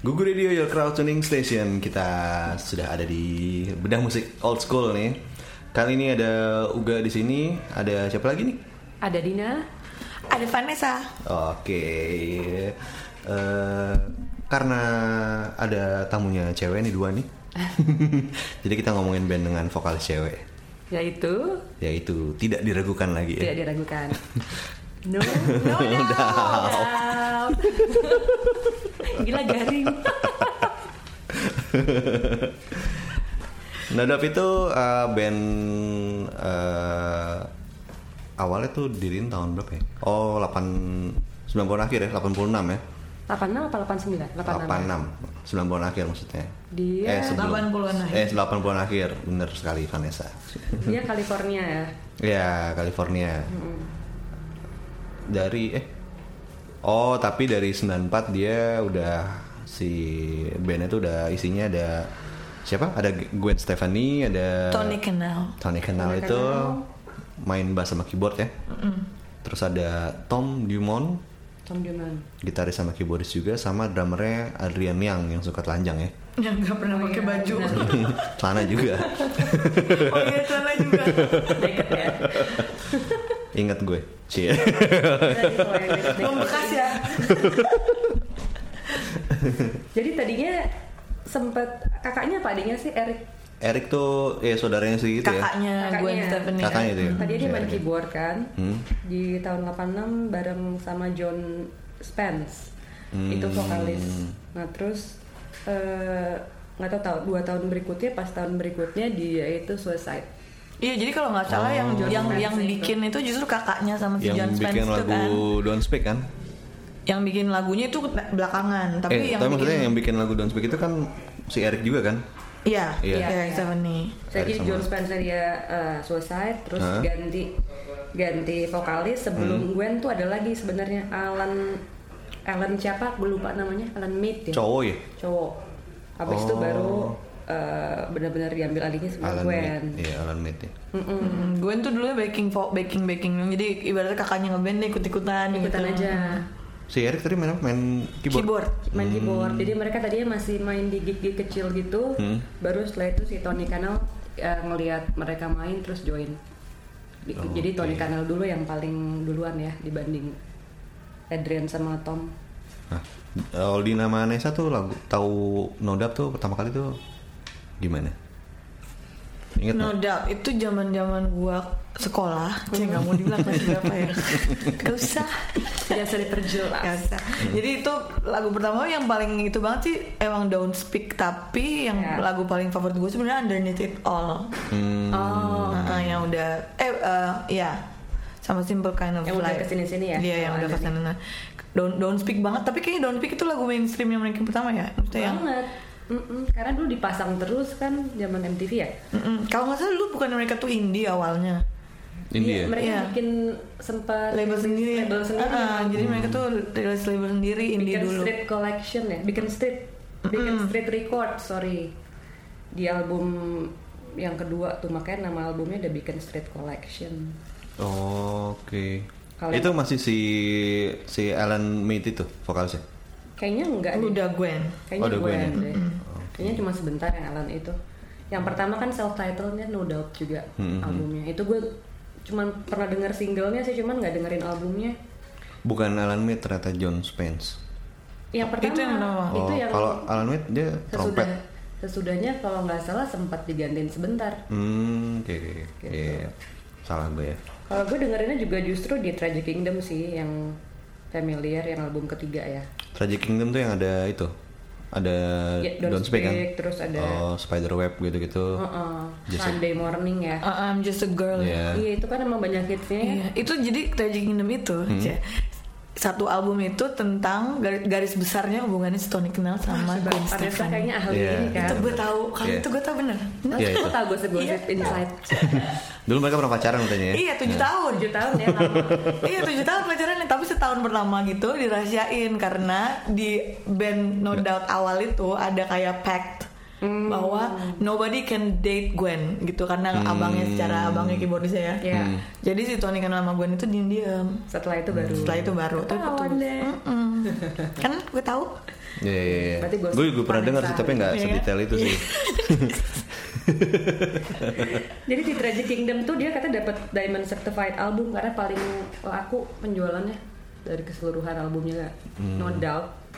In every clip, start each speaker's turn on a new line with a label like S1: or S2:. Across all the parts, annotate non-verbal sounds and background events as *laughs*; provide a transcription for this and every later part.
S1: Gugu Radio Your Crowd Tuning Station kita sudah ada di bedah musik old school nih. Kali ini ada Uga di sini, ada siapa lagi nih?
S2: Ada Dina.
S3: Ada Vanessa.
S1: Oke. Eh, karena ada tamunya cewek nih dua nih. *laughs* Jadi kita ngomongin band dengan vokal cewek,
S2: Yaitu
S1: yaitu tidak diragukan lagi ya.
S2: tidak diragukan. No.
S3: No, no,
S2: doubt. Gila garing.
S1: Nadab Nah, itu eh, band eh, awalnya tuh diriin tahun berapa ya? Oh, 8 90 akhir ya, 86 ya.
S2: 86 apa 89? 86.
S1: 86, 90 akhir maksudnya. Eh,
S2: Dia-
S1: sebelum-
S3: 80-an akhir.
S1: Eh, 80-an akhir. Bener sekali Vanessa.
S2: Dia California ya.
S1: Ya, California. Dari eh Oh, tapi dari 94 dia udah si bandnya tuh udah isinya ada siapa? Ada Gwen Stefani, ada
S3: Tony kenal.
S1: Tony Kenal
S2: Tony
S1: itu
S2: Kanal.
S1: main bass sama keyboard ya. Terus ada Tom Dumont,
S2: Tom Duman.
S1: gitaris sama keyboardis juga, sama drummernya Adrian Yang yang suka telanjang ya,
S3: Yang gak pernah pakai baju.
S1: *laughs* celana juga.
S3: iya. *laughs* oh *laughs* iya, celana juga.
S2: Deket ya.
S1: Ingat gue, Iya. cie.
S2: Dari toilet, deket.
S3: Membekas ya.
S2: Jadi tadinya sempet kakaknya apa adiknya sih Eric?
S1: Eric tuh ya saudaranya sih gitu ya.
S3: Kakaknya Gwen
S2: Kakaknya.
S3: Stefani.
S1: Kakaknya itu ya.
S2: Tadinya dia
S1: Si
S2: main
S1: Eric.
S2: keyboard kan.
S1: Hmm.
S2: Di tahun 86 bareng sama John Spence.
S1: Hmm.
S2: Itu vokalis. Nah, terus eh, nggak tahu tahu dua tahun berikutnya pas tahun berikutnya dia itu suicide.
S3: Iya, jadi kalau nggak salah yang
S2: John
S3: yang
S2: Spence
S3: yang
S2: itu.
S3: bikin itu justru kakaknya sama si
S1: Oh. Yang
S3: John Spence
S1: bikin
S3: itu
S1: lagu
S3: kan.
S1: Don't Speak kan?
S3: Yang bikin lagunya itu belakangan, tapi
S1: eh,
S3: yang
S1: tapi maksudnya
S3: bikin
S1: yang bikin lagu Don't Speak itu kan si Eric juga kan?
S3: Iya,
S1: Iya.
S3: iya, Eric Stefani.
S2: Jadi
S1: Eric sama-
S2: John Spence dia eh, suicide terus
S1: Hah? Hmm?
S2: ganti ganti vokalis sebelum Gwen tuh ada lagi sebenarnya Alan Alan siapa? Gue lupa namanya. Alan Mead ya.
S3: Iya.
S1: Cowok ya?
S2: Cowok. Habis itu
S1: Oh.
S2: baru eh, benar-benar diambil alihnya sama
S1: Alan
S2: Gwen.
S1: Mead. Iya, Alan Mead ya.
S2: Mm-mm.
S3: Hmm, Gwen tuh dulu baking baking baking jadi ibaratnya kakaknya ngeband dia ikut-ikutan
S2: ikutan
S3: gitu.
S2: aja
S1: Si Eric tadi main apa? Main keyboard.
S3: Keyboard.
S2: main
S1: Hmm.
S2: keyboard jadi mereka tadinya masih main di gig gig kecil gitu
S1: Hmm.
S2: baru setelah itu si Tony Kanal eh, ngelihat mereka main terus join Di-
S1: Oh, Oke.
S2: jadi Tony Kanal dulu yang paling duluan ya dibanding Adrian sama Tom
S1: Nah, kalau di nama Anessa tuh lagu tahu Nodap tuh pertama kali tuh gimana? Ingat
S3: No
S1: nggak?
S3: doubt itu zaman zaman gua sekolah, gue nggak mau dibilang masih berapa
S1: *laughs*
S3: ya, gak usah,
S2: tidak usah
S3: gak
S2: diperjelas
S3: usah. Jadi itu lagu pertama yang paling itu banget sih, emang Don't Speak tapi yang
S2: Ya.
S3: lagu paling favorit gue sebenarnya Underneath It All,
S1: Hmm,
S2: Oh,
S3: Nah, yang udah eh eh, ya sama Simple Kind of
S2: Yang udah
S3: Life.
S2: kesini-sini ya?
S3: Iya yang
S2: Oh,
S3: udah
S2: ada nih.
S3: kesini. Don't Don't Speak banget, tapi kayaknya Don't Speak itu lagu mainstreamnya mereka yang pertama ya, maksudnya yang
S2: banget Mm-mm. karena dulu dipasang terus kan zaman MTV ya
S3: Mm-mm. Kalau nggak salah dulu bukan mereka tuh indie awalnya.
S1: India.
S2: mereka
S3: Iya.
S2: bikin sempat
S3: Label
S2: rilis
S3: sendiri.
S2: label sendiri
S3: Ah, ah, jadi mereka tuh rilis label sendiri indie
S2: bikin
S3: dulu.
S2: street collection ya bikin street bikin street record sorry di album yang kedua tuh makanya nama albumnya udah bikin street collection
S1: Oke.
S2: Kalau-
S1: Itu masih si si Alan Mead itu vokalisnya.
S2: kayaknya enggak deh.
S3: Udah Gwen.
S2: kayaknya
S1: Oh, udah
S2: gue
S1: Gwen ya?
S2: yang deh kayaknya cuma sebentar yang Alan itu yang pertama kan self titlenya No Doubt juga albumnya itu gue cuman pernah denger singlenya sih cuman nggak dengerin albumnya
S1: Bukan Alan Mead ternyata John Spence.
S2: yang pertama
S3: yang pertama.
S2: itu
S1: Oh,
S2: yang
S1: kalau Alan Mead dia trompet.
S2: sesudah sesudahnya kalau nggak salah sempat digantiin sebentar
S1: Hmm, oke oke. oke.
S2: Gitu.
S1: Iya, iya. Salah gue ya.
S2: Kalau gue dengerinnya juga justru di Tragic Kingdom sih yang familiar yang album ketiga ya.
S1: Tragic Kingdom tuh yang ada itu. Ada
S2: Ya,
S1: Don't, Speak, kan?
S2: terus ada Oh,
S1: Oh, Spiderweb gitu-gitu.
S2: Heeh,
S1: Just-
S2: Sunday Morning ya.
S3: Ah, I'm just a girl.
S1: Iya.
S2: Iya itu kan emang banyak hitsnya.
S3: Iya, Itu jadi Tragic Kingdom itu. Cia. Satu album itu tentang garis, garis besarnya hubungannya si Tony Kenal sama Gwen
S2: Vanessa
S3: Stefani.
S2: kayaknya ahli
S1: Iya.
S2: ini kan.
S3: Itu gue tahu, kalau
S1: Iya.
S3: itu gue tahu bener.
S2: Nah,
S1: Iya, itu.
S2: Lo tau gosip-gosip inside
S1: Dulu mereka pernah pacaran katanya ya.
S3: Iya tujuh tahun.
S2: 7 tahun ya lama.
S3: *laughs* iya tujuh tahun pacarannya tapi setahun pertama gitu Iya. dirahasiain karena di band No Doubt awal itu ada kayak pact
S2: Hmm.
S3: bahwa nobody can date Gwen gitu karena abangnya secara abangnya keyboardisnya ya.
S2: Iya.
S3: Jadi si Tony kenal sama Gwen itu diem-diem.
S2: Setelah itu baru.
S3: Setelah itu baru tuh
S2: Ketahuan
S3: putus.
S2: deh.
S3: Mm-mm. kan gue tahu.
S1: Iya, iya, iya.
S2: Berarti Iya. gosip
S1: Gue juga pernah dengar sih
S2: paling
S1: tapi nggak
S3: sehari.
S1: sedetail itu sih.
S2: Jadi di Tragic Kingdom tuh dia kata dapat Diamond Certified album karena paling laku penjualannya dari keseluruhan albumnya No
S1: Hmm.
S2: Doubt.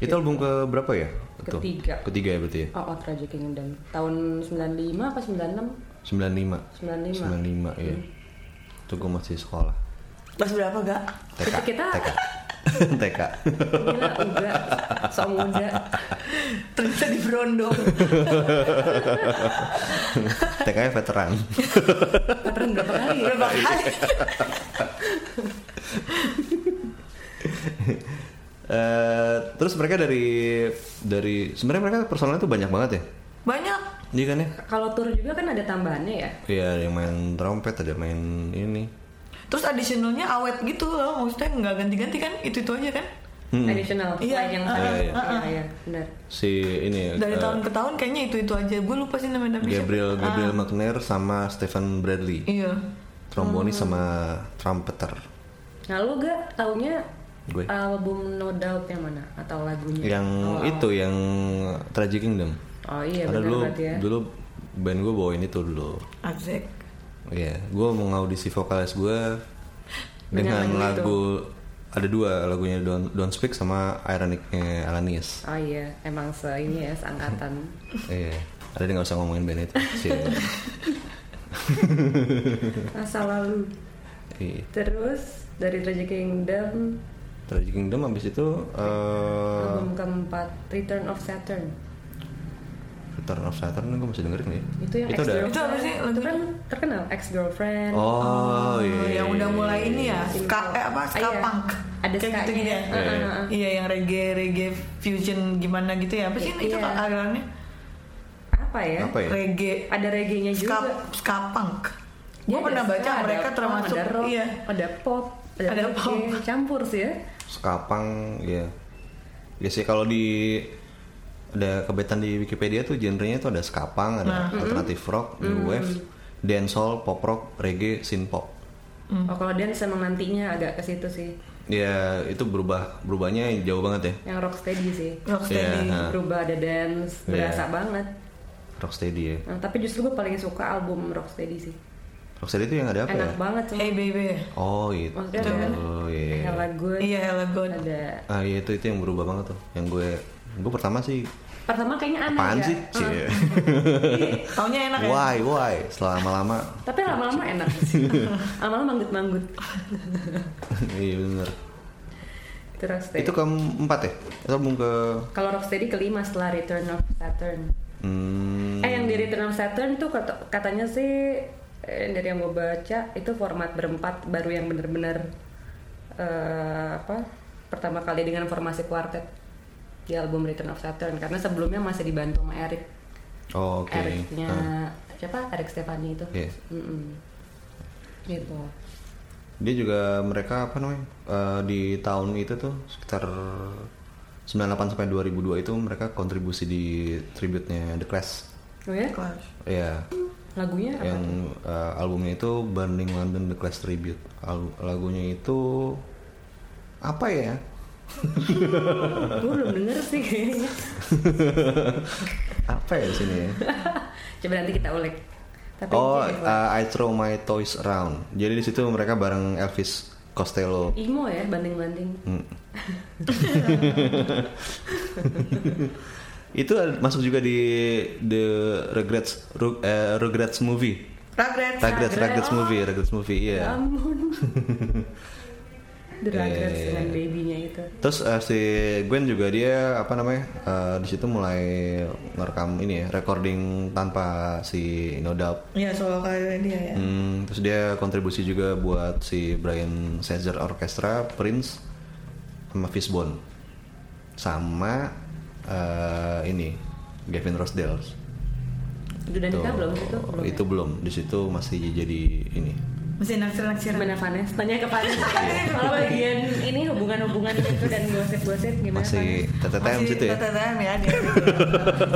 S1: itu album ke berapa ya? Betul.
S2: Ketiga.
S1: Ketiga ya berarti ya.
S2: Oh, oh Tragic Kingdom tahun 95 apa 96?
S1: 95.
S2: 95.
S1: 95 ya. Itu gue masih sekolah.
S3: Pas berapa gak?
S1: TK.
S2: Tapi kita-
S1: *laughs* TK. TK.
S2: Gila, udah sok muda.
S3: *laughs* Ternyata di
S2: *laughs*
S3: Brondong.
S1: TK -nya veteran. *laughs*
S2: Veteran berapa kali ya?
S3: berapa kali?
S1: Eh, terus mereka dari dari sebenarnya mereka personalnya tuh banyak banget ya.
S3: Banyak.
S1: Iya kan ya?
S2: Kalau tour juga kan ada tambahannya ya.
S1: Iya, ada yang main trompet, ada yang main ini.
S3: Terus additionalnya awet gitu loh, maksudnya nggak ganti-ganti kan? Itu itu aja kan?
S2: Additional
S3: Iya,
S2: selain yang
S3: ah,
S2: tadi.
S1: iya,
S2: Iya, iya, benar.
S1: Hmm. Si ini
S3: Dari
S1: eh,
S3: tahun ke tahun kayaknya itu itu aja. Gue lupa sih namanya tapi siapa.
S1: Gabriel Gabriel McNair sama Stephen Bradley.
S3: Iya.
S1: Trombonis sama trumpeter.
S2: Nah, lu gak taunya
S1: Gue.
S2: Ah, album No Doubt yang mana atau lagunya?
S1: Yang itu yang Tragic Kingdom.
S2: Oh iya
S1: Karena
S2: benar
S1: dulu
S2: berarti ya.
S1: dulu band gue bawain itu dulu.
S3: Azek.
S1: Iya, gue mau ngaudisi vokalis gue
S2: *laughs*
S1: dengan lagu ada dua lagunya Don't, Don't Speak sama Ironicnya Alanis.
S2: Oh iya, emang se ini ya
S1: *laughs*
S2: seangkatan.
S1: Iya, ada nggak usah ngomongin band
S2: *laughs*
S1: itu. Iya. Sia.
S2: Masa lalu.
S1: Iya.
S2: Terus dari Tragic Kingdom
S1: Tragic Kingdom abis itu eh
S2: album keempat Return of Saturn.
S1: Return of Saturn gue masih dengerin ya.
S2: Itu yang
S1: itu
S2: ex
S1: ada.
S2: girlfriend.
S3: Itu apa sih
S2: Itu kan terkenal ex girlfriend.
S1: Oh, iya.
S3: yang udah mulai ini ya, ska eh, apa ska
S2: Ah, iya.
S3: punk.
S2: Ada
S3: Kayak
S2: ska-nya.
S3: gitu-gitu ya.
S2: Heeh,
S1: Iya.
S2: heeh.
S3: Iya yang reggae reggae fusion gimana gitu ya. Apa sih itu
S2: Iya.
S3: alirannya?
S2: Apa ya?
S1: Apa ya?
S3: Reggae
S2: Ada reggae-nya Iya juga.
S3: ska ska punk.
S2: Dia
S3: Gue
S2: ada
S3: pernah
S2: ska,
S3: baca
S2: ada
S3: mereka
S2: punk,
S3: termasuk
S2: ada rock,
S3: iya.
S2: ada pop, ada,
S3: Ada
S2: reggae,
S3: pop.
S2: campur sih ya.
S1: Skapang ya. Ya sih kalau di ada kebetan di Wikipedia tuh genrenya tuh ada skapang,
S2: Nah.
S1: ada alternative rock, new
S2: Mm-hmm.
S1: wave, dancehall, pop rock, reggae, synth pop.
S3: Hmm.
S2: Oh, kalau dance emang nantinya agak ke situ sih.
S1: Ya itu berubah berubahnya jauh banget ya.
S2: Yang rocksteady sih.
S1: Iya.
S3: Rocksteady.
S1: Nah.
S2: Berubah ada dance,
S1: Iya.
S2: berasa banget.
S1: Rocksteady ya.
S2: Nah, tapi justru gue paling suka album rocksteady sih.
S1: Rocksteady itu yang ada apa
S2: Enak
S1: ya?
S2: banget cuma
S3: Hey baby.
S1: Oh itu.
S2: Maksudnya ada
S1: Oh iya.
S2: Hella Good,
S3: Iya elegan.
S2: ada
S1: Ah iya itu itu yang berubah banget tuh. Yang gue gue pertama sih
S2: pertama kayaknya aneh
S1: apaan
S2: ya.
S1: sih?
S2: Heeh.
S1: Cie.
S3: Taunya enak ya.
S1: why why? Setelah lama-lama.
S2: Tapi lama-lama enak sih. lama-lama manggut-manggut.
S1: *laughs* iya bener.
S2: Itu rocksteady.
S1: Itu keempat ya? Atau belum ke
S2: Kalau rocksteady kelima setelah Return of Saturn.
S1: hmm,
S2: Eh yang di Return of Saturn tuh kata- katanya sih eh, dari yang gue baca itu format berempat baru yang bener-bener eh, apa pertama kali dengan formasi quartet di album Return of Saturn karena sebelumnya masih dibantu sama Eric
S1: Oh, Oke.
S2: Ericnya
S1: Nah,
S2: siapa Eric Stefani itu
S1: Iya.
S2: Mm-mm. gitu
S1: Dia juga mereka apa namanya? eh, di tahun itu tuh sekitar 98 sampai 2002 itu mereka kontribusi di tribute-nya The Clash.
S2: oh ya
S3: Clash.
S1: Ya,
S2: lagunya apa
S1: yang eh, albumnya itu Burning London The Clash tribute. Al- lagunya itu apa ya?
S2: gue belum denger sih kayaknya *laughs*
S1: Apa ya di sini ya?
S2: coba nanti kita ulik *laughs* tapi
S1: Oh,
S2: ini
S1: eh, I Throw My Toys Around. Jadi di situ mereka bareng Elvis Costello.
S2: Imo ya banding-banding
S1: Hmm. *laughs* itu ada- masuk juga di the regrets Ru- eh, regrets movie
S3: Regrets.
S1: regrets regrets movie regrets movie iya
S2: Ya
S1: *laughs*
S2: ampun. Dragas
S1: Eh.
S2: dengan babynya itu.
S1: terus eh, si Gwen juga dia apa namanya eh, di situ mulai ngerekam ini ya recording tanpa si No Doubt
S3: Iya solo karirnya dia ya.
S1: Hmm, terus dia kontribusi juga buat si Brian Setzer Orchestra, Prince, sama Fishbone, sama eh, ini Gavin Rosdale.
S2: Itu udah nikah belum ya? itu?
S1: Oh, Itu belum. Di situ masih jadi ini
S3: Masih naksir-naksiran.
S2: Benar Vanes, tanya ke Vanes
S1: Iya.
S2: *laughs* Kalau bagian ini hubungan-hubungan itu dan gosip-gosip gimana
S1: Masih TTTM situ ya.
S3: TTM ya dia.
S2: Vanes?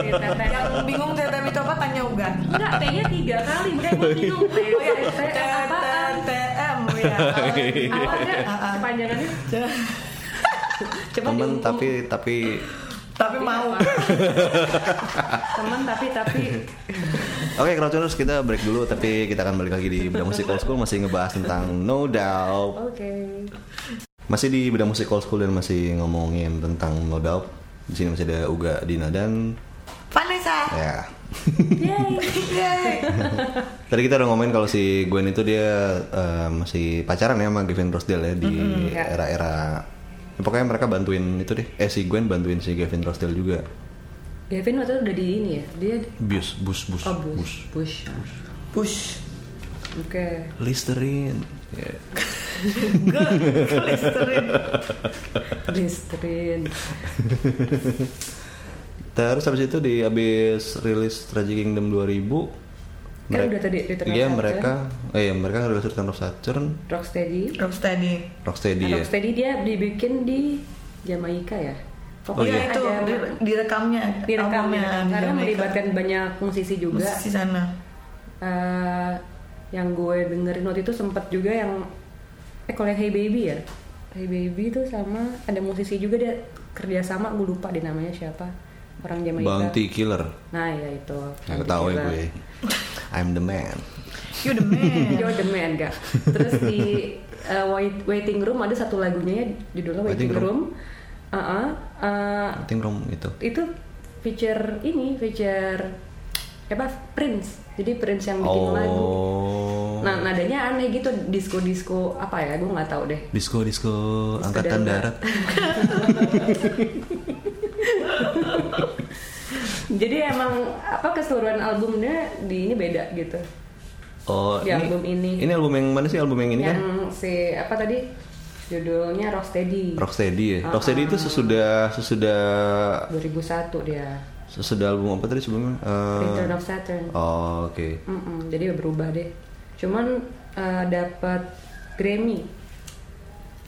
S2: Si Teteh.
S3: Yang bingung TTM itu apa tanya Ugan.
S2: Enggak, kayaknya tiga kali Makanya gue
S1: *laughs*
S2: bingung
S3: Oh ya,
S2: TTM apaan?
S3: TTM ya. *laughs*
S2: Apanya?
S3: Ah,
S2: Kepanjangannya? Coba
S1: Temen
S2: diungkung.
S1: tapi tapi
S3: Tapi mau.
S2: Temen tapi tapi
S1: *laughs* Oke, Crowdtuners kita break dulu tapi kita akan balik lagi di Bidang Musik Old School masih ngebahas tentang No Doubt.
S2: Oke
S1: Masih di Bidang Musik Old School dan masih ngomongin tentang No Doubt. Di sini masih ada Uga Dina dan
S3: Vanessa.
S1: ya.
S2: Yay
S1: Iya.
S3: Yeay.
S1: Tadi kita udah ngomongin kalau si Gwen itu dia eh, masih pacaran ya sama Gavin Rosdale ya di
S2: ya.
S1: era-era ya, pokoknya mereka bantuin itu deh. Eh si Gwen bantuin si Gavin Rosdale juga.
S2: Gavin waktu itu udah di ini ya? Dia
S1: Bus, bus, bus,
S2: Oh
S1: bus.
S2: Bush Bush
S3: Push.
S2: Oke
S1: Listerine. Ya.
S2: Listerin
S1: Terus habis itu di habis rilis Tragic Kingdom 2000
S2: Kan udah tadi Return of
S1: Iya
S2: Saturn.
S1: mereka eh iya, mereka rilis Return of Saturn
S2: Rocksteady
S3: Rocksteady.
S1: Rocksteady ya.
S2: Kan Rocksteady dia dibikin di Jamaika ya
S1: Oh,
S3: Iya
S1: iya.
S3: itu
S2: ada-
S3: di- direkamnya.
S2: direkam direkam.
S3: albumnya di
S2: karena
S3: Jamaica.
S2: melibatkan banyak musisi juga
S3: Musisi sana.
S2: Eh, yang gue dengerin waktu itu sempet juga yang eh kalau yang Hey Baby ya Hey Baby itu sama ada musisi juga dia kerjasama gue lupa deh namanya siapa orang Jamaika
S1: Bounty Killer.
S2: nah ya itu
S1: Nggak
S2: Bounty
S1: ketahui
S2: Killer.
S1: gue. I'm the man.
S3: You the
S2: *laughs*
S3: man.
S2: Yo the man gak terus di eh, wait- waiting room ada satu lagunya ya judulnya
S1: Waiting
S2: waiting,
S1: Room.
S2: room, Uh-uh. Eh,
S1: I think gitu. Rom itu.
S2: itu feature ini feature apa Prince jadi Prince yang bikin lagu
S1: Oh.
S2: nah nadanya aneh gitu disco disco apa ya gue nggak tahu deh *laughs*
S1: Disco disco angkatan darat.
S2: darat. jadi emang apa keseluruhan albumnya di ini beda gitu
S1: Oh,
S2: Di album ini.
S1: Ini album yang mana sih album yang ini kan?
S2: yang si apa tadi judulnya Rocksteady
S1: Rocksteady ya.
S2: Ah.
S1: Rocksteady itu sesudah sesudah
S2: 2001 dia
S1: sesudah album apa tadi sebelumnya? Eh,
S2: Return of Saturn
S1: Oh, oke.
S2: Mm-mm, jadi ya berubah deh cuman eh, dapat Grammy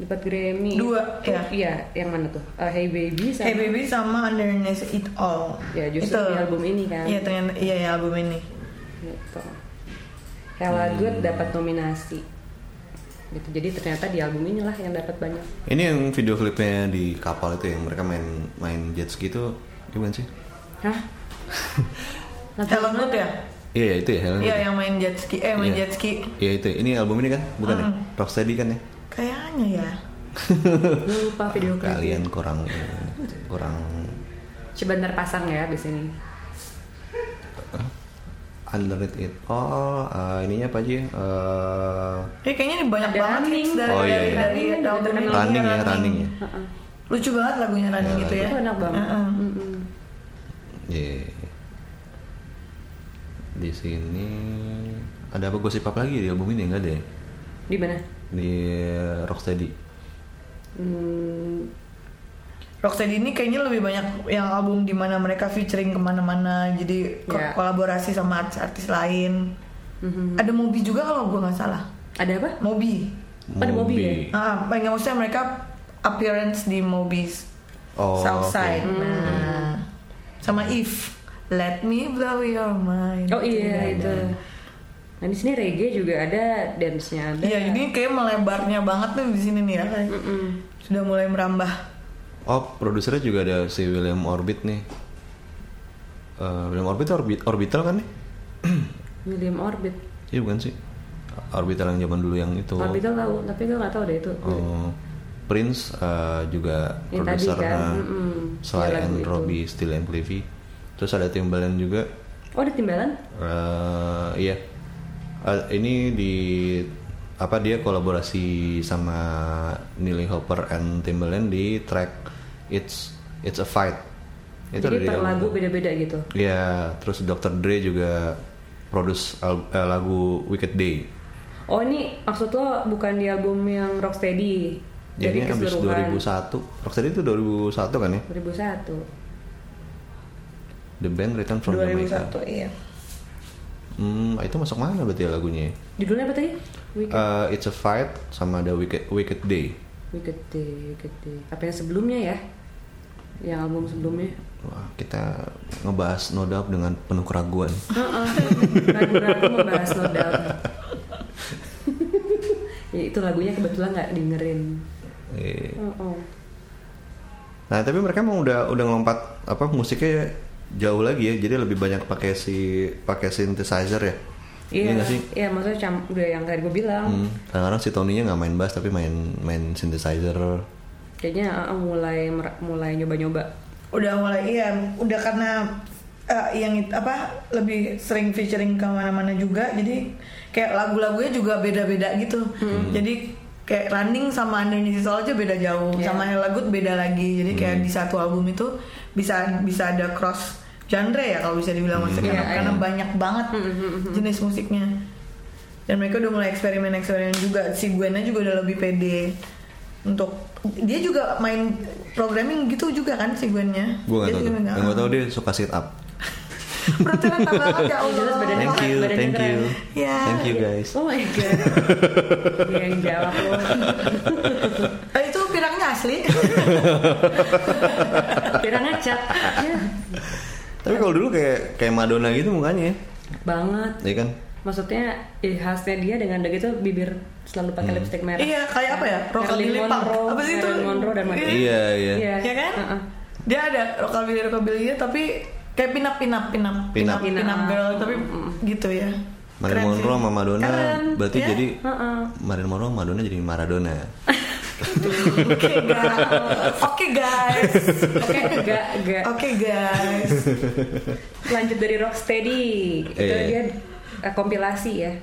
S2: dapat Grammy
S3: Dua,
S2: Tuh,
S3: ya.
S2: iya yang mana tuh Eh, Hey Baby sama
S3: Hey Baby sama Underneath It All.
S2: Ya, justru di album ini kan.
S3: Iya ternyata iya ya, album ini.
S2: gitu. Hella Good dapat nominasi gitu jadi ternyata di album inilah yang dapat banyak
S1: Ini yang video klipnya di kapal itu yang mereka main main jet ski itu gimana sih?
S3: *laughs*
S2: hah Nah,
S3: Helen Good ya?
S1: Iya ya, itu ya Helen.
S3: Iya yang main jet ski eh main
S1: Iya.
S3: jet ski.
S1: Iya itu. Ini album ini kan, bukan ya?
S2: Uh-uh.
S1: Rocksteady kan ya?
S3: Kayaknya ya.
S2: lupa video klipnya
S1: Kalian kurang kurang
S2: coba ntar pasang ya di sini
S1: underrated it all. Eh, ininya apa sih? Eh,
S3: Ya, kayaknya ini banyak
S2: Ada
S3: banget
S2: Running.
S3: hits dari
S1: Oh, iya,
S3: dari
S1: iya.
S3: dari dari- dari- dari-
S1: running ya, running ya.
S3: Lucu banget lagunya running
S1: Ya,
S3: gitu ya.
S2: itu enak banget
S3: Heeh.
S2: Mm-mm.
S1: Iya. Di sini ada apa gosip apa lagi di album ini enggak ada ya?
S2: di mana
S1: Di Rocksteady.
S2: Hmm,
S3: Rocksteady ini kayaknya lebih banyak yang album dimana mereka featuring kemana-mana, jadi ko-
S2: Ya.
S3: kolaborasi sama artis-artis lain.
S2: mhm.
S3: Ada Mobi juga kalau gue nggak salah.
S2: ada apa
S3: Mobi.
S1: Oh,
S2: Ada Moby ya?
S3: Ah, nggak maksudnya mereka appearance di Mobi's
S1: Oh,
S3: Southside.
S2: Hmm.
S3: Nah, sama If Let Me Blow Your Mind.
S2: oh iya itu nah di sini reggae juga ada dance nya ada
S3: Iya, ini kayak melebarnya banget tuh di sini nih ya. kayak
S2: Mm-mm.
S3: Sudah mulai merambah.
S1: Oh, produsernya juga ada si William Orbit nih. Eh, William Orbit Orbit Orbital kan nih?
S2: William Orbit
S1: Iya bukan sih? Orbital yang zaman dulu yang itu.
S2: Orbital tahu tapi gue nggak tahu deh itu
S1: Oh, Prince eh, juga
S2: Yang tadi
S1: produser
S2: kan,
S1: nah,
S2: mm-mm.
S1: Sly
S2: Iya, lagu
S1: and
S2: itu.
S1: Robbie Steele and Cliffy. Terus ada Timbaland juga.
S2: oh ada timbalan
S1: Eh, iya. Eh, ini di apa dia kolaborasi sama Neil Hopper and Timbaland di track It's It's a Fight. ada
S2: jadi
S1: di
S2: per
S1: album.
S2: lagu beda beda gitu
S1: Iya, terus Dr. Dre juga produce al- eh, lagu Wicked Day.
S2: Oh ini maksud lo bukan di album yang Rocksteady
S1: Jadi Ya, habis 2001. Rocksteady itu 2001 kan ya?
S2: 2001
S1: The Band Return from Jamaica.
S3: 2001, iya.
S1: Hmm, itu masuk mana berarti ya lagunya? ya?
S2: Judulnya apa tadi? Wicked,
S1: Eh, It's a Fight sama ada Wicked Wicked Day.
S2: Wicked Day, Wicked Day. Apa yang sebelumnya ya? Yang album sebelumnya.
S1: Wah, kita ngebahas No Doubt dengan penuh keraguan.
S2: Heeh. Ragu-ragu membahas no doubt. *laughs* ya, itu lagunya kebetulan nggak dengerin.
S1: Eh,
S2: Heeh.
S1: Nah, tapi mereka emang udah udah ngelompat apa musiknya jauh lagi ya. Jadi lebih banyak pakai si pakai synthesizer ya. Iya
S2: Iya,
S1: nggak sih?
S2: iya maksudnya cam, udah yang tadi gue bilang.
S1: Hmm. Kadang-kadang si Tony-nya nggak main bass tapi main main synthesizer.
S2: Kayaknya uh, mulai mer- mulai nyoba-nyoba
S3: udah mulai iya udah karena eh, yang it- apa lebih sering featuring kemana-mana juga jadi kayak lagu-lagunya juga beda-beda gitu jadi kayak running sama underneath it all aja beda jauh
S2: Iya.
S3: sama yang lagu beda lagi jadi kayak di satu album itu bisa bisa ada cross genre ya kalau bisa dibilang maksudnya
S2: Iya,
S3: karena, karena banyak banget jenis musiknya dan mereka udah mulai eksperimen eksperimen juga si Gwennya juga udah lebih pede untuk dia juga main programming gitu juga kan si Gwennya
S1: Gue nggak
S3: Dia
S1: tahu.
S3: juga
S1: tuh.
S3: nggak-
S1: Yang gue tahu dia suka sit up.
S3: Perutnya rata banget ya Allah
S2: Jelas badannya
S1: Thank
S2: keren,
S1: you,
S2: badannya
S1: thank you,
S3: keren. Ya.
S1: thank you guys.
S2: Oh my god. Dia yang jawab lo.
S3: Eh, itu pirangnya asli
S2: *laughs* Kira ngecat. Ya.
S1: Tapi kalau dulu kayak kayak Madonna gitu mukanya, ya.
S2: Banget.
S1: ya kan?
S2: Maksudnya eh, khasnya dia dengan udah gitu bibir selalu pakai
S1: Hmm.
S2: lipstick merah.
S3: Iya, kayak apa ya? Rockabilly
S2: Marilyn
S3: punk.
S2: Monroe,
S3: Apa sih itu?
S2: Marilyn Monroe dan Madonna.
S1: Iya, iya.
S3: ya kan
S2: Heeh.
S3: dia ada rockabilly rockabilly gitu, tapi kayak pinap pinap pinap
S1: Pinap.
S3: pinap girl tapi gitu ya Keren
S1: Marilyn
S3: sih.
S1: Monroe sama Madonna
S3: Keren,
S1: berarti
S3: ya.
S1: jadi
S2: Heeh.
S1: Marilyn Monroe sama Madonna jadi Maradona.
S3: *laughs* Oke guys, oke
S2: Oke,
S3: guys,
S2: gak, gak.
S3: oke
S2: *laughs*
S3: guys.
S2: Lanjut dari Rocksteady. Itu
S1: Iya.
S2: dia eh, kompilasi ya.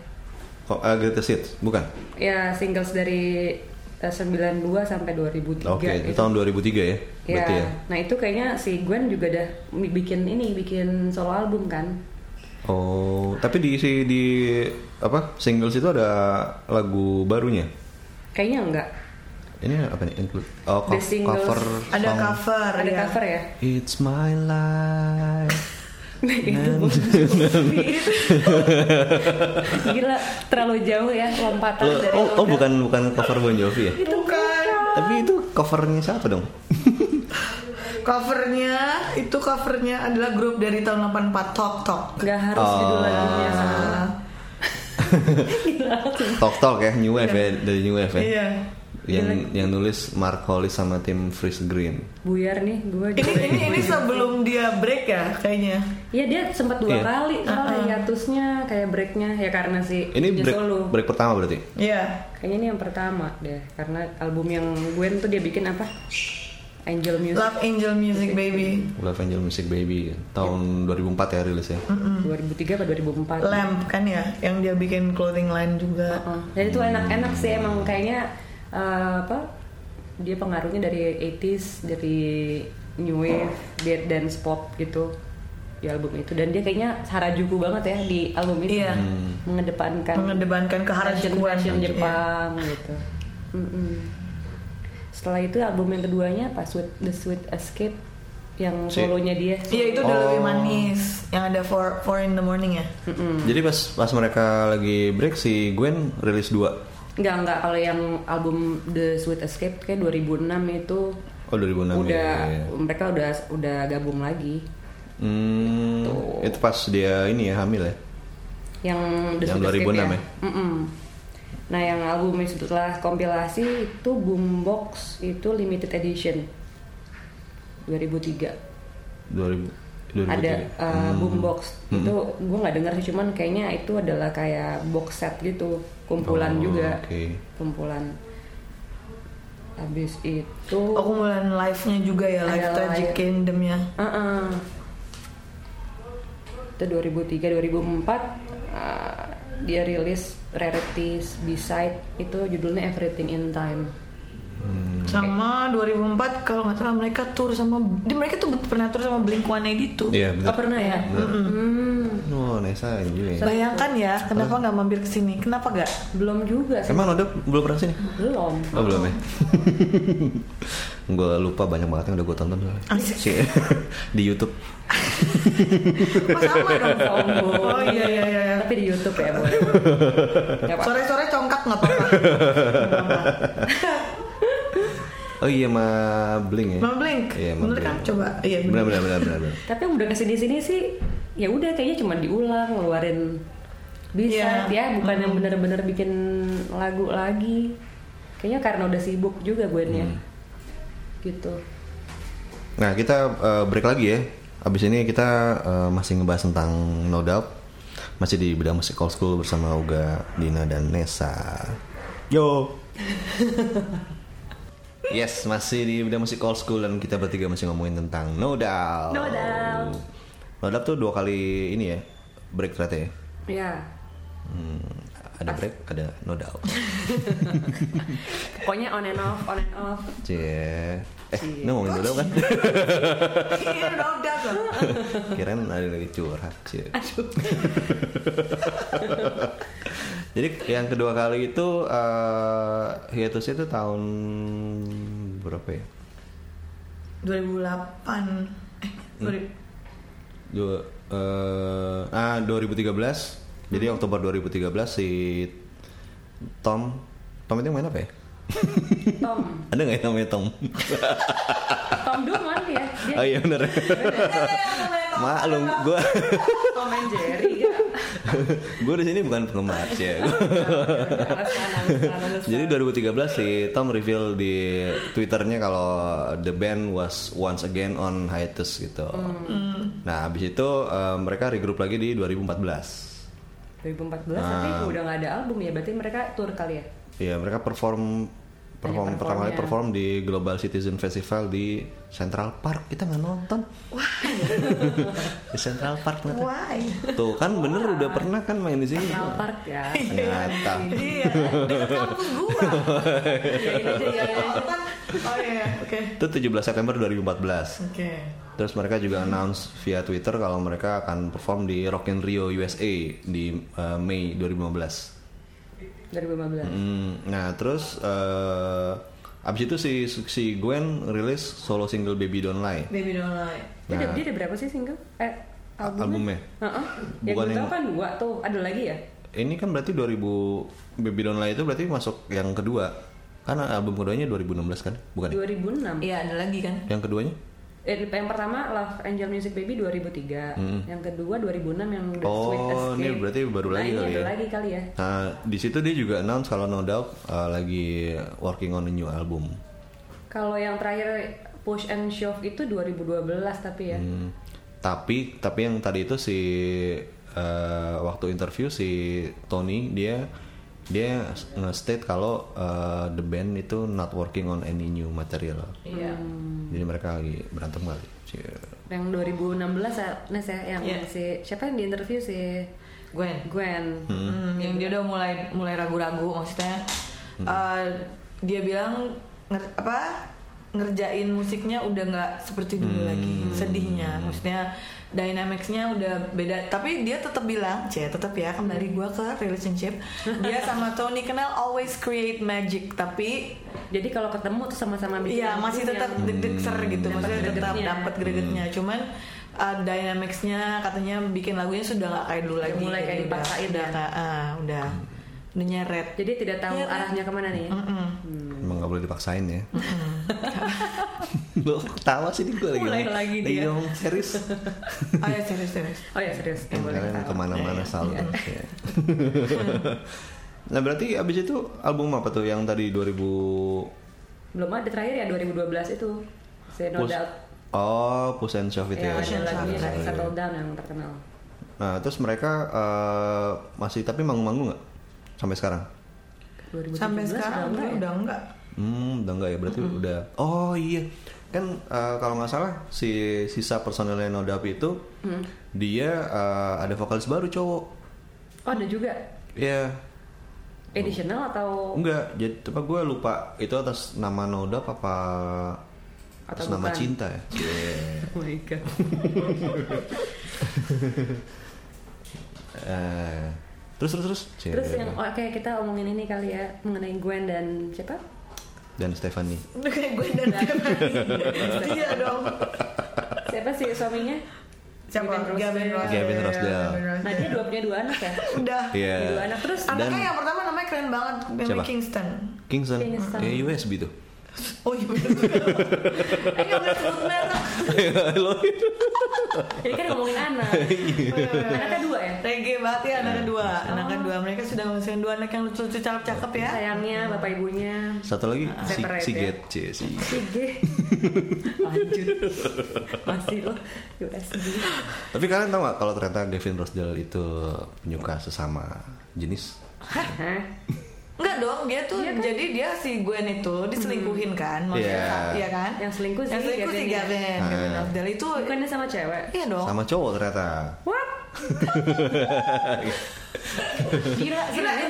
S1: Kok uh, Greatest Hits? Bukan?
S2: Ya singles dari eh, 92 sampai 2003
S1: Oke, itu
S2: gitu.
S1: tahun 2003 ya.
S2: Ya,
S1: Berarti ya.
S2: nah itu kayaknya si Gwen juga dah bikin ini, bikin solo album kan?
S1: Oh, tapi di si di apa singles itu ada lagu barunya.
S2: Kayaknya enggak.
S1: Ini apa nih? Include oh, co-
S2: The singles.
S1: cover
S3: Ada
S1: song.
S3: cover,
S2: Ada
S3: ya.
S2: cover ya? *laughs* Nah,
S1: It's my life.
S2: itu *laughs* Gila, terlalu jauh ya lompatan
S1: Lo-
S2: dari
S1: oh, oh
S2: lompatan.
S1: bukan bukan cover Bon Jovi ya.
S3: Itu kan
S1: Tapi itu covernya siapa dong?
S3: covernya itu covernya adalah grup dari tahun 84 Tok Tok.
S2: Nggak harus judul lagunya.
S3: Ah,
S1: Talk Talk ya, New Wave ya, dari New Wave ya.
S3: Iya.
S1: Yang yang nulis Mark Hollis sama tim Freeze Green.
S2: Buyar nih gue.
S3: Ini ini
S2: *laughs*
S3: ini sebelum dia break ya kayaknya.
S2: Iya dia sempat dua
S1: Iya.
S2: kali
S3: Ah,
S2: soalnya hiatusnya kayak breaknya ya karena si
S1: Ini
S2: dia
S1: break,
S2: solo.
S1: break pertama berarti.
S3: Iya.
S2: Kayaknya ini yang pertama deh karena album yang Gwen tuh dia bikin apa? Angel Music
S3: Love Angel Music Baby.
S1: Love Angel Music Baby tahun 2004 ya rilis ya.
S3: Hmm.
S2: 2003 atau 2004.
S3: Lamp kan ya yang dia bikin clothing line juga.
S2: Heeh. Ah, Dan itu enak-enak sih emang kayaknya eh, apa? Dia pengaruhnya dari 80s, dari new wave, dia dance pop gitu di album itu dan dia kayaknya Harajuku banget ya di album itu.
S3: Iya.
S1: Hmm.
S2: Mengedepankan kan.
S3: Mengedepankan
S2: fashion
S3: keharajukuan.
S2: fashion
S3: Iya.
S2: Jepang gitu. Mm-mm. Setelah itu album yang keduanya apa? Sweet, The Sweet Escape yang
S1: Si-
S2: solonya dia.
S3: Iya itu udah
S1: Oh.
S3: lebih manis yang ada four four in the morning ya.
S2: Mm.
S1: Jadi pas pas mereka lagi break si Gwen rilis dua.
S2: Enggak enggak kalau yang album The Sweet Escape kayak 2006 itu
S1: Oh 2006
S2: udah
S1: ya. ya.
S2: mereka udah udah gabung lagi
S1: Hmm, itu pas dia ini ya hamil ya.
S2: yang The
S1: Yang
S2: Sweet Escape
S1: 2006 ya?
S2: Mm-mm. Nah yang album yang setelah kompilasi itu Boombox itu limited edition 2003
S1: 2000 2003.
S2: ada uh,
S1: Hmm.
S2: boombox itu gue nggak dengar sih cuman kayaknya itu adalah kayak box set gitu kumpulan
S1: Oh,
S2: juga
S1: oke.
S2: kumpulan habis itu
S3: Oh kumpulan live-nya juga ya, live
S2: Ada
S3: Tragic
S2: live.
S3: Kingdom-nya.
S2: Uh-uh. Itu 2003 2004 uh, dia rilis Rarities Beside itu judulnya Everything in Time.
S1: Hmm.
S3: Sama 2004 kalau nggak salah mereka tour sama di mereka tuh pernah tour sama Blink-182.
S1: Iya
S2: Oh,
S1: benar.
S2: pernah ya? Hmm,
S1: Oh, Nesa juga ya.
S3: Bayangkan ya, kenapa nggak mampir ke sini? Kenapa nggak?
S2: belum juga sih.
S1: Emang Noda belum pernah sini?
S2: Belum.
S1: Oh belum *laughs* ya.
S3: Ah,
S1: gue lupa banyak banget yang udah gue tonton soalnya.
S3: Asik.
S1: *laughs* Di YouTube.
S3: Oh, sama dong sombong. Oh iya iya iya. iya.
S2: Tapi di YouTube
S1: *laughs*
S2: ya boleh. Nggak apa-apa.
S3: Sore-sore congkak nggak apa-apa. Iya, Nggak apa-apa.
S1: Oh iya Ma Bling ya.
S3: Mama Blink.
S1: Iya, Ma
S3: Bener
S1: Blink.
S3: kan coba. Iya bener.
S1: Benar benar benar benar. benar.
S2: Tapi yang udah kesini-sini sih, ya udah kayaknya cuma diulang, ngeluarin bisa
S3: Iya.
S2: ya, bukan yang bener-bener bikin lagu lagi. Kayaknya karena udah sibuk juga gue nih. ya.
S1: Mm.
S2: Gitu.
S1: Nah, kita eh, break lagi ya. Abis ini kita eh, masih ngebahas tentang No Doubt. Masih di bidang musik old school bersama Uga, Dina, dan Nesa. Yo! *laughs* yes, masih di bidang musik old school dan kita bertiga masih ngomongin tentang No Doubt.
S2: No Doubt.
S1: No Doubt tuh dua kali ini ya, break ternyata ya.
S2: Ya.
S1: Hmm, ada break, ada No
S2: *laughs*
S1: Doubt.
S2: Pokoknya on and off, on and off.
S1: Cie. Eh, ini ngomongin No Doubt
S2: *laughs*
S1: kan?
S3: Iya dong udah loh.
S1: Kirain ada lagi curhat *laughs* sih. Jadi yang kedua kali itu eh hiatusnya itu tahun berapa ya?
S3: 2008. Eh sorry.
S1: Dua, eh, ah 2013. Jadi Oktober 2013 si Tom Tom itu yang main apa ya?
S2: Tom.
S1: Ada nggak yang namanya Tom?
S2: Tom Duman ya. Dia
S1: oh iya bener. Maklum, gue
S2: Tom and Jerry. Ya.
S1: *laughs* gue di sini bukan penggemar sih. *laughs* Jadi
S2: Jadi
S1: 2013 si Tom reveal di twitternya kalau the band was once again on hiatus gitu.
S2: Hmm.
S1: Nah abis itu eh, mereka regroup lagi di 2014.
S2: 2014 tapi
S1: Ah.
S2: udah nggak ada album ya, berarti mereka tour kali ya?
S1: Iya mereka perform perform pertama kali
S2: Iya, performnya.
S1: perform di Global Citizen Festival di Central Park kita nggak nonton. di Central Park ternyata.
S3: Why?
S1: Tuh kan bener udah pernah kan main di sini.
S2: Central Park
S1: *laughs*
S2: ya.
S1: Ternyata.
S3: Iya. Dekat kampus gua.
S1: Iya,
S3: Iya, Oh iya. Oke.
S1: Itu 17 September 2014.
S3: Oke.
S1: Terus mereka juga announce via Twitter kalau mereka akan perform di Rock in Rio USA di uh, Mei 2015.
S2: 2015.
S1: Hmm, nah terus eh, abis itu si si Gwen rilis solo single Baby Don't Lie.
S3: Baby don't lie.
S1: Nah.
S2: Dia, ada, dia ada berapa sih single? Eh, albumnya?
S1: Albumnya.
S2: Heeh.
S1: Bukan
S2: Yang gue tahu
S1: yang-
S2: kan dua tuh, ada lagi ya?
S1: Ini kan berarti 2000 Baby Don't Lie itu berarti masuk yang kedua. Karena album keduanya 2016 kan? Bukan. ya?
S2: 2006.
S3: Iya ada lagi kan.
S1: Yang keduanya?
S2: Eh, yang pertama Love Angel Music Baby 2003, yang kedua 2006 yang The
S1: Hmm. Oh,
S2: Sweet Escape.
S1: ini berarti baru
S2: nah,
S1: lagi
S2: ini
S1: kali
S2: ada
S1: ya?
S2: lagi kali ya.
S1: Nah, di situ dia juga announce kalau No Doubt eh, lagi working on a new album.
S2: Kalau yang terakhir Push and Shove itu 2012 tapi ya.
S1: Hmm. Tapi tapi yang tadi itu si eh, waktu interview si Tony dia dia nge-state kalau eh, the band itu not working on any new material.
S3: Iya.
S1: Jadi mereka lagi berantem kali. Cie.
S2: Yang 2016 ya, Nes ya, yang
S3: Iya.
S2: si siapa yang diinterview si
S3: Gwen.
S2: Gwen.
S3: Hmm, yang dia udah mulai mulai ragu-ragu maksudnya eh, dia bilang nger- apa ngerjain musiknya udah nggak seperti dulu lagi sedihnya maksudnya dynamicsnya udah beda tapi dia tetap bilang c tetap ya kembali gua ke relationship dia sama Tony kenal always create magic tapi
S2: Jadi kalau ketemu tuh sama-sama bikin
S3: Iya
S2: album
S3: masih tetap
S2: yang-
S1: Hmm.
S3: deg-deg ser gitu
S2: Dapat
S3: maksudnya tetap
S2: gregetnya. Hmm.
S3: dapat gregetnya cuman uh, dynamicsnya katanya bikin lagunya sudah nggak kayak dulu lagi
S2: mulai kayak
S3: Jadi udah-
S2: dipaksain
S3: udah
S2: ya. Hmm.
S3: kayak, ah, udah udah nyeret
S2: Jadi tidak tahu
S3: Iya, kan?
S2: arahnya kemana nih. *laughs*
S3: Mm-mm.
S1: Emang gak boleh dipaksain ya. *laughs* Lo ketawa sih ini gue lagi.
S3: Mulai
S1: ngomong- Iya,
S3: lagi dia.
S1: ngomong serius.
S3: oh ya serius serius
S2: Oh ya serius. nggak boleh
S1: Kalian
S2: ketawa.
S1: kemana-mana selalu. Cie. *laughs* nah berarti abis itu album apa tuh yang tadi 2000
S2: Belum ada terakhir ya 2012 itu. Saya no
S1: Push-
S2: doubt.
S1: Oh, Push and Shove itu ya.
S2: Ya, ada
S3: Push and
S2: lagunya
S3: Shove.
S2: dari Settle Down yang terkenal.
S1: Nah, terus mereka eh, masih tapi manggung-manggung nggak sampai sekarang?
S2: 2017
S3: sampai
S2: udah
S3: sekarang
S2: enggak
S3: udah,
S2: ya?
S3: udah enggak
S1: Hmm, udah nggak ya berarti udah. Oh iya, kan eh, kalau nggak salah si sisa personelnya No Doubt itu
S2: Mm.
S1: dia eh, ada vokalis baru cowok.
S2: Oh ada juga.
S1: Iya,
S2: Additional atau
S1: enggak. Jadi apa gue lupa itu atas nama No Doubt apa atas
S2: Atau
S1: nama
S2: bukan?
S1: cinta
S2: *laughs*
S1: ya? Iya.
S2: Oh my god.
S1: Eh, terus terus terus.
S2: *laughs* Terus
S1: Cie.
S2: yang oh, oke kita omongin ini kali ya mengenai Gwen dan siapa?
S1: dan Stephanie.
S3: udah kayak gue dan iya dong
S2: Siapa sih suaminya?
S3: siapa
S2: Gavin
S3: Gavin
S2: Rossdale.
S3: Rossdale
S1: Gavin Rossdale.
S3: Gavin
S2: Nah dia dua punya dua anak
S3: *laughs*
S2: ya.
S3: udah
S1: Iya.
S2: Dua anak terus
S1: Dan-
S3: anaknya yang pertama namanya keren banget Mimi
S1: Siapa?
S3: Kingston
S1: Kingston,
S2: Kingston.
S1: kayak USB tuh.
S3: oh
S1: *laughs*
S3: iya bener juga. eh nggak boleh sebut merek
S1: Lo itu.
S2: Jadi kan ngomongin *laughs* anak. Iya.
S3: iya,
S2: Anaknya dua ya.
S3: Reggae banget ya anak kedua Anak kedua mereka sudah menghasilkan dua anak yang lucu-lucu cakep-cakep
S2: Iya,
S3: ya
S2: Sayangnya bapak ibunya.
S1: Satu lagi si
S2: Separate
S1: si
S2: ya.
S1: Get, Cie, si.
S2: *laughs* Sige. Lanjut. Masih loh USG.
S1: Tapi kalian tahu nggak kalau ternyata Gavin Rosdale itu penyuka sesama jenis?
S2: Hah?
S3: Enggak dong, dia tuh
S2: Iya kan?
S3: jadi dia si Gwen itu diselingkuhin kan maksudnya
S1: Iya.
S3: Kak, iya kan?
S2: Hmm. Yang selingkuh si
S3: Yang selingkuh si
S2: Gavin ya. kan?
S3: Gavin, Gavin
S1: Ah.
S3: Rossdale itu
S2: Bukannya sama cewek.
S3: iya dong.
S1: Sama cowok ternyata.
S2: What? *laughs* Gila,
S3: Gila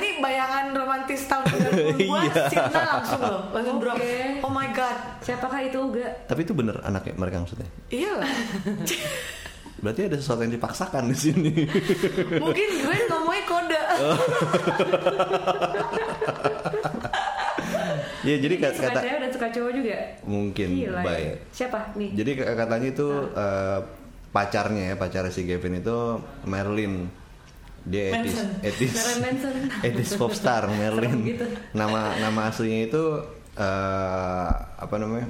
S2: gila.
S3: ini bayangan romantis tahun 90-an
S1: Iya.
S3: Sirna langsung loh, langsung drop.
S2: Oke.
S3: Oh my god.
S2: Siapakah itu Uga?
S1: Tapi itu bener anaknya mereka maksudnya.
S3: Iya lah.
S1: Berarti ada sesuatu yang dipaksakan di
S2: *laughs*
S1: sini.
S3: Mungkin Gwen ngomongnya kode.
S1: ya jadi
S2: Dia
S1: ka-
S2: suka
S1: kata
S2: cewek dan suka cowok juga.
S1: mungkin
S2: Gila. ya.
S1: baik.
S2: Siapa nih?
S1: Jadi ka- katanya itu eh,
S3: Nah.
S1: pacarnya ya, pacarnya si Gavin itu Merlin. Dia etis,
S3: Manson.
S1: etis,
S2: Marilyn Manson.
S1: etis popstar
S2: Serem
S1: Merlin.
S2: gitu.
S1: Nama nama aslinya itu eh, apa namanya?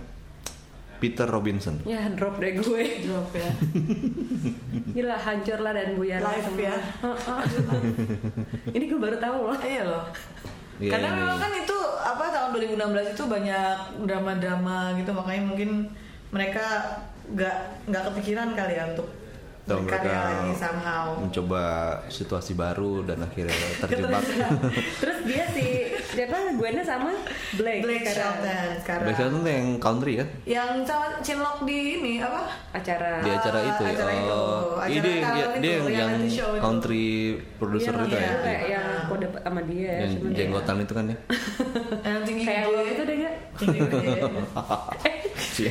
S1: Peter Robinson.
S2: Ya drop deh gue.
S3: Drop ya.
S2: *laughs* Gila hancur lah dan buyar lah
S3: Live
S2: semua.
S3: ya.
S2: Heeh. Ini gue baru tahu loh.
S3: Iya loh.
S1: Iya,
S3: Karena
S1: ini.
S3: memang kan itu apa tahun 2016 itu banyak drama-drama gitu makanya mungkin mereka nggak nggak kepikiran kali ya untuk
S1: Dan
S3: berkarya lagi somehow.
S1: mencoba situasi baru dan
S3: *laughs*
S1: akhirnya terjebak
S2: Terus dia si siapa? Gue sama Blake.
S3: Blake
S2: sekarang.
S3: Shelton sekarang.
S1: Black Shelton tuh yang country kan
S3: Yang sama Chinlock di ini apa?
S2: Acara.
S1: di acara
S3: Ah,
S1: itu ya
S3: acara itu.
S1: oh
S3: Acara
S1: iya, dia, dia,
S3: talent
S1: dia
S3: itu,
S1: yang, yang
S3: reality show itu.
S1: country producer itu
S2: Iya,
S1: ya
S2: iya,
S1: dia.
S2: kayak yang kode sama dia ya.
S3: Iya,
S1: yang
S2: cuman ya.
S1: jenggotan itu kan ya
S3: Yang tinggi
S2: Kayak lo gitu. itu deh gak?
S3: Tinggi gede.
S1: *laughs*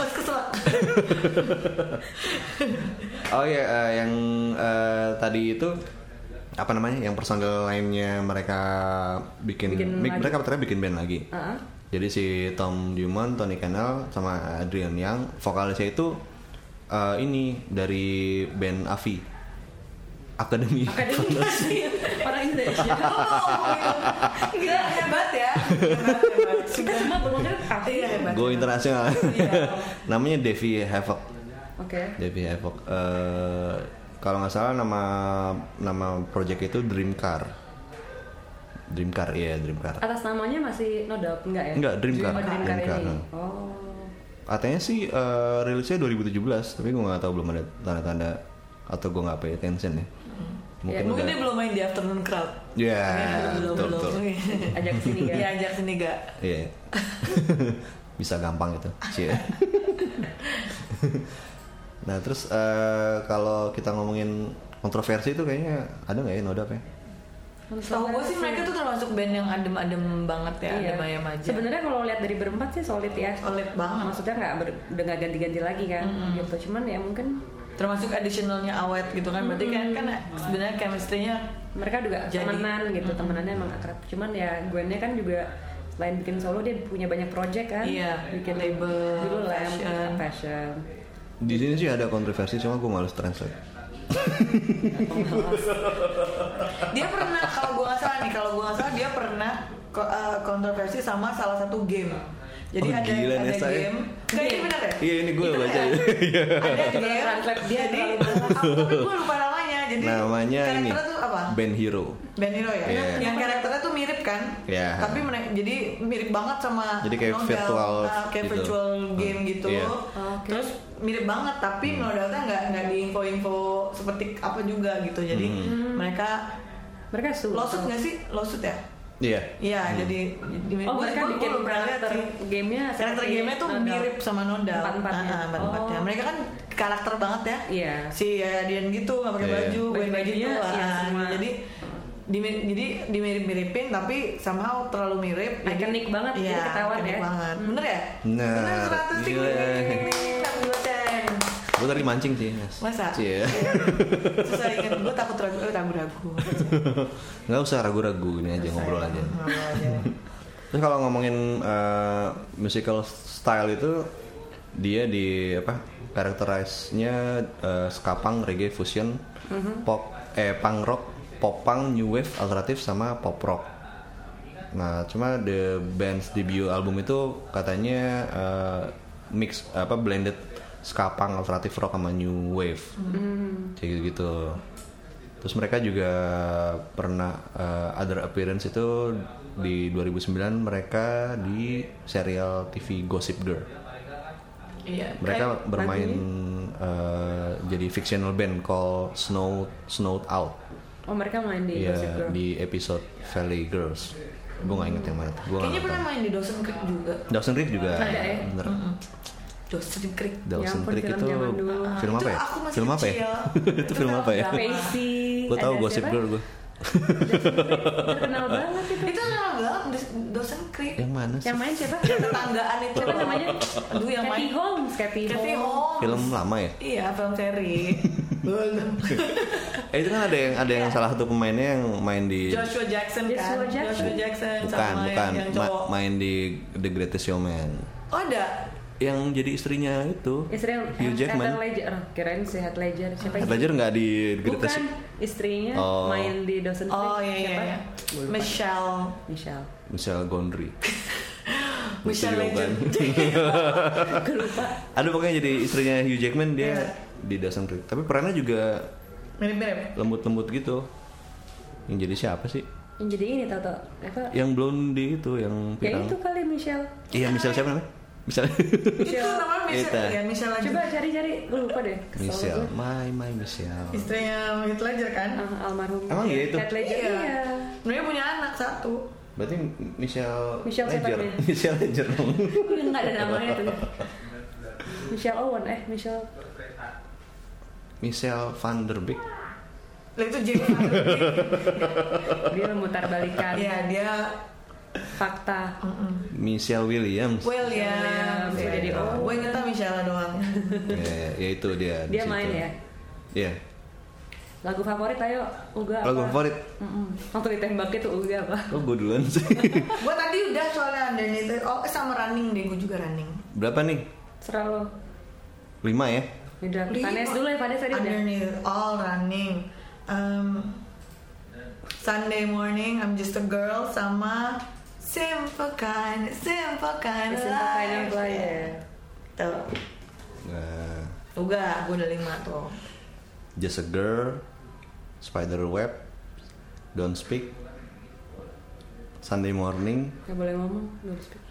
S3: Oh keselak.
S1: oh ya yang eh, tadi itu apa namanya yang personil lainnya mereka bikin,
S2: Bikin
S1: mik-
S2: lagi.
S1: mereka ternyata bikin band lagi
S2: Heeh.
S1: Jadi si Tom Newman, Tony Kanal, sama Adrian Yang, vokalisnya itu eh, ini dari band Avi Academy.
S2: Akademi orang Indonesia.
S3: Oh, Enggak hebat ya. Hebat, hebat.
S2: Kita semua bermodal Avi.
S3: Iya hebat.
S1: Go internasional.
S3: Iya.
S1: *laughs* Namanya Devi Havoc.
S2: Oke.
S1: Devi Havoc. Eh, kalau nggak salah nama nama project itu Dream Car. Dream Car, iya Dream Car.
S2: Atas namanya masih no doubt enggak ya?
S1: Enggak, Dream Car.
S2: Oh, Dream Car
S1: Dream Car, nah.
S2: ini.
S1: no.
S2: Oh.
S1: Katanya sih eh, rilisnya 2017, tapi gue nggak tahu belum ada tanda-tanda atau gue nggak pay attention ya. Mungkin,
S3: Hmm. Mungkin
S1: udah-
S3: dia belum main di afternoon crowd. Iya,
S1: Ya,
S3: belum
S1: betul,
S3: belum.
S1: betul.
S2: Ajak kesini kan.
S3: *laughs* Iya ajak sini gak?
S1: Iya. *laughs* Bisa gampang gitu, itu.
S3: *laughs*
S1: Cie. nah, terus eh, kalau kita ngomongin kontroversi itu kayaknya ada nggak ya noda ya?
S3: Tahu gue sih mereka tuh termasuk band yang adem-adem banget ya,
S2: Iya.
S3: adem ayam aja.
S2: Sebenarnya kalau lihat dari berempat sih solid ya.
S3: Solid banget.
S2: Maksudnya nggak ber, udah nggak ganti-ganti lagi kan. Gitu. Cuman ya mungkin
S3: termasuk additionalnya awet gitu kan, berarti kan kan sebenarnya chemistry-nya
S2: mereka juga
S3: Jadi-
S2: temenan gitu. Temenannya emang akrab. Cuman ya Gwen-nya kan juga selain bikin solo dia punya banyak project kan.
S3: Iya,
S2: Bikin
S3: label,
S2: dulu lah
S3: fashion.
S2: fashion.
S1: Di sini sih ada kontroversi, cuma gue males translate.
S3: dia pernah kalau gue nggak salah nih kalau gue nggak salah dia pernah ko- eh, kontroversi sama salah satu game. Jadi
S1: Oh,
S3: ada
S1: gila,
S3: ada
S1: Nessa ya.
S3: game. Kayak ini benar ya?
S1: Iya, ini gue
S3: Itu
S1: *laughs* baca.
S3: ya? Ada
S2: Terlalu
S3: game.
S2: translate Iya. dia,
S3: Jadi,
S2: terlalu
S3: tapi gue lupa namanya. Jadi
S1: Namanya ini
S3: karakternya Eh, tuh apa?
S1: Ben Hero.
S3: Band Hero ya,
S1: Iya.
S3: yang karakternya tuh mirip kan,
S1: Iya.
S3: tapi mereka jadi mirip banget sama
S1: Jadi kayak
S3: Nodal,
S1: virtual
S3: ah, kayak
S1: gitu.
S3: virtual game gitu,
S1: Iya. Hmm.
S2: Oke.
S3: terus mirip banget tapi Nodalnya nggak nggak di info-info seperti apa juga gitu, jadi
S1: Hmm.
S2: Hmm.
S3: mereka
S2: Mereka suka.
S3: losut nggak sih losut ya?
S1: Iya.
S3: Iya, jadi di-
S2: Oh,
S3: gua-
S2: mereka
S3: gua- gua
S2: bikin
S3: belum pernah lihat
S2: karakter
S3: sih.
S2: gamenya
S3: karakter
S2: seperti
S3: gamenya tuh
S2: Nodal.
S3: mirip sama Nodal,
S2: Empat-empatnya.
S3: Ah, ah, empat-empatnya.
S2: Oh.
S3: mereka kan karakter banget ya,
S2: Iya.
S3: si Adian gitu nggak pakai
S1: Iya.
S3: baju, gue
S2: Baju-bajunya,
S3: bajunya,
S2: iya, semua.
S3: jadi di, jadi dimirip-miripin tapi somehow terlalu mirip. jadi-
S2: Iconic banget, jadi
S3: Iya,
S2: ketahuan
S3: iconic
S2: ya.
S3: banget. Bener ya?
S1: Bener.
S3: Bener 100 ting, ting, ting, ting, ting, ting, tak goceng.
S1: Gue tadi mancing sih. Mas.
S3: Masa?
S1: Iya. *laughs*
S3: Susah ingat gue takut ragu, eh, ragu-ragu.
S1: Nggak usah ragu-ragu ini aja *laughs* ngobrol
S3: *laughs*
S1: aja.
S3: Ngobrol aja.
S1: Terus kalau ngomongin eh, musical style itu dia di apa karakterisnya eh, skapang reggae fusion
S3: Mhm.
S1: pop eh punk rock pop punk new wave alternatif sama pop rock nah cuma the band's debut album itu katanya eh, mix apa blended ska punk alternatif rock sama new wave kayak gitu gitu terus mereka juga pernah eh, other appearance itu di 2009 mereka di serial TV Gossip Girl
S4: Iya.
S1: mereka
S4: kayak-
S1: bermain eh, jadi fictional band called Snow Snowed Out
S2: Oh mereka main di
S1: ya
S2: Gossip Girl.
S1: di episode Valley Girls gue gak inget yang mana gue gak
S4: Kayaknya pernah
S1: nonton
S4: main di Dawson Creek juga.
S1: Dawson Creek juga
S2: Ada ya?
S1: bener
S4: Dawson Creek.
S1: Dawson
S2: ampun,
S1: Creek
S2: film
S1: itu
S2: zaman dulu.
S1: film apa
S3: Itu
S1: ya
S3: aku masih
S1: film apa ya
S3: kecil.
S1: *laughs* itu film apa ya *laughs*
S2: Facey.
S1: gue tahu
S2: ada
S1: Gossip
S2: siapa?
S1: Girl gue
S2: Terkenal banget itu.
S4: Itu lama banget Daw- Dawson Creek.
S1: yang mana sih
S2: Yang main siapa?
S4: Tetanggaan itu
S2: Siapa namanya?
S4: Aduh yang
S2: Kathy
S4: main.
S2: Holmes. Kathy
S4: Kathy
S2: Holmes.
S3: oh.
S4: Holmes.
S1: film lama ya
S4: Iya, film
S1: *laughs*
S4: seri. Belum.
S1: eh itu kan ada yang ada yang salah satu pemainnya yang main di
S4: Joshua Jackson kan?
S2: Joshua Jackson.
S4: Joshua Jackson
S1: bukan
S4: sama
S1: bukan
S4: yang
S1: Ma-
S4: cowok.
S1: main di The Greatest Showman
S4: oh, ada.
S1: yang jadi istrinya itu
S2: Istri
S1: Hugh Jackman
S2: Heath Ledger. Oh, kirain si Heath Ledger. Siapa
S1: Heath
S2: itu?
S1: Ledger nggak di The Greatest
S2: Bukan istrinya
S1: Oh.
S2: main di Dawson Creek.
S4: Oh iya iya.
S2: Siapa?
S4: iya. Michelle.
S2: Michelle.
S1: Michelle Gondry Itu
S4: Michelle
S1: juga bukan.
S4: Legend.
S2: Gue lupa.
S1: *laughs* ada pokoknya jadi istrinya Hugh Jackman dia
S4: Iya.
S1: di Dawson Creek tapi perannya juga
S3: mirip-mirip
S1: lembut-lembut gitu yang jadi siapa sih
S2: Yang jadi ini tau tau. Apa?
S1: yang blondie itu yang
S2: Ya
S1: pirang
S2: itu kali Michelle.
S1: iya Michelle siapa namanya
S2: *laughs*
S1: Michelle *laughs*
S4: Itu namanya Michelle.
S3: Iya,
S1: Itu.
S4: Ya Michelle Legend.
S2: Coba cari-cari. Gue lupa deh. Kesel
S1: Michelle
S2: gue.
S1: my my Michelle
S3: istrinya Heath Ledger kan
S2: Ah, almarhum
S1: Emang iya itu?
S2: Heath Ledger
S3: Iya.
S2: iya.
S3: sebenarnya punya anak satu
S1: berarti Michelle
S2: Michelle siapa
S1: Ledger
S2: namanya?
S1: *laughs* Michelle Ledger dong
S2: Gue nggak ada namanya tuh Michelle Owen eh Michelle
S1: Michelle Van Der Beek
S3: lah itu Jimmy Van Der Beek.
S2: *laughs* dia memutar balikan
S3: ya dia
S2: fakta
S1: Michelle Williams
S3: William
S2: Williams,
S3: jadi
S2: jadi
S3: oh
S2: Owen.
S3: gue ingetnya Michelle doang
S1: ya, ya, ya itu dia di
S2: Dia main ya?
S1: Iya
S2: lagu favorit ayo Uga apa?
S1: lagu favorit
S2: Mm-mm. waktu ditembak itu Uga apa
S1: oh gue duluan sih *laughs*
S3: gue tadi udah soalnya underneath it. oh sama running deh gue juga running
S1: berapa nih
S2: serah lo
S1: lima ya
S2: Udah, Panes dulu ya Panes tadi udah
S3: underneath it all running um, Sunday morning I'm just a girl sama simple kind simple kind
S2: Simple Kind of Life.
S3: tuh
S1: Nah,
S3: Uga, gue udah lima tuh
S1: Just a Girl, Spider Web, Don't Speak, Sunday Morning,
S2: Gak boleh ngomong Don't speak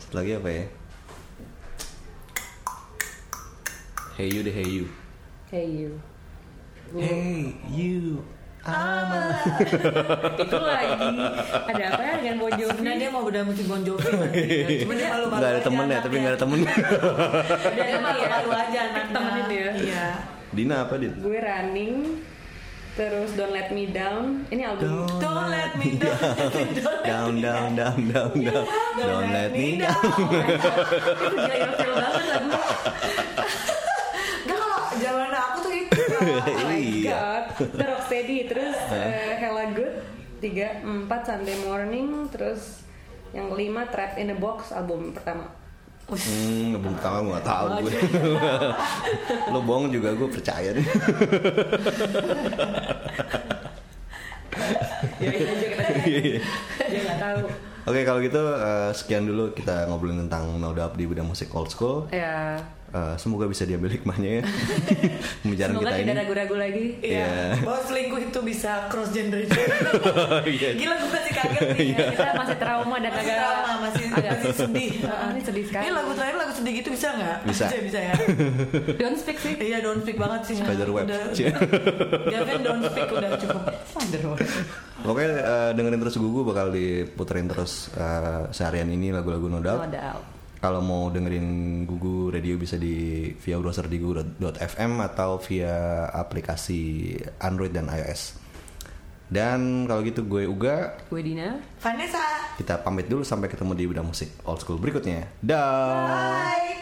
S1: satu lagi apa ya? Hey you deh, hey you.
S2: Hey you
S1: Hey you. I'm a-
S2: itu lagi ada apa ya dengan Bon Jovi
S4: Sebenarnya dia mau berdamai sama si Bon Jovi.
S3: *laughs*
S4: Cuma dia malu
S1: Nggak ada temen ya, tapi nggak ada temen.
S4: Dia
S2: Iya,
S4: malu-malu aja anaknya.
S2: Temenin dia.
S4: Iya.
S1: *laughs* Dina apa Din?
S2: gue running terus Don't Let Me Down ini album
S1: Don't
S4: Don't let
S1: Iya.
S4: me down.
S1: *laughs* down, down, down, down, down. Don't let me down.
S2: itu gila ilfil banget lagu
S3: Gak kalau jaman aku tuh gitu, itu
S1: *laughs*
S2: Oh my
S1: Iya.
S2: god The Rocksteady Terus eh, Hella Good Tiga Empat Sunday Morning Terus Yang kelima Trapped in a Box Album pertama
S1: Hmm, album pertama gue gak tau gue *laughs* Lo bohong juga gue percaya deh
S2: Ya itu aja
S1: Iya,
S2: kita Dia gak tau
S1: Oke kalau gitu eh, sekian dulu kita ngobrolin tentang Noda di bidang musik old school
S2: Ya
S1: Eh, Semoga bisa diambil
S2: *laughs*
S1: hikmahnya ya Pembicaraan kita
S2: Semoga
S1: ini
S2: tidak ragu-ragu lagi
S4: Iya.
S1: Iya.
S4: Bahwa selingkuh itu bisa cross gender.
S1: *laughs* Iya.
S4: Gila gue masih kaget nih. ya.
S2: Kita masih trauma dan
S4: Masih
S2: agak
S4: trauma, masih,
S2: agak
S4: masih sedih.
S2: Ah, Ini sedih sekali
S4: Ini lagu terakhir lagu sedih gitu bisa nggak?
S1: Bisa.
S4: Bisa, bisa
S1: *laughs*
S4: ya.
S2: Don't speak sih
S4: Iya, don't speak banget sih.
S1: Spiderweb.
S4: Udah- *laughs* Gavin don't speak udah cukup. Spiderweb.
S1: Oke eh, dengerin terus Gugu bakal diputerin terus eh, seharian ini lagu-lagu No Doubt.
S2: No Doubt.
S1: Kalau mau dengerin Gugu Radio bisa di via browser di gugu.fm atau via aplikasi Android dan iOS. Dan kalau gitu gue Uga,
S2: Gue Dina
S3: Vanessa
S1: kita pamit dulu sampai ketemu di bidang musik old school berikutnya. Dah.
S3: Bye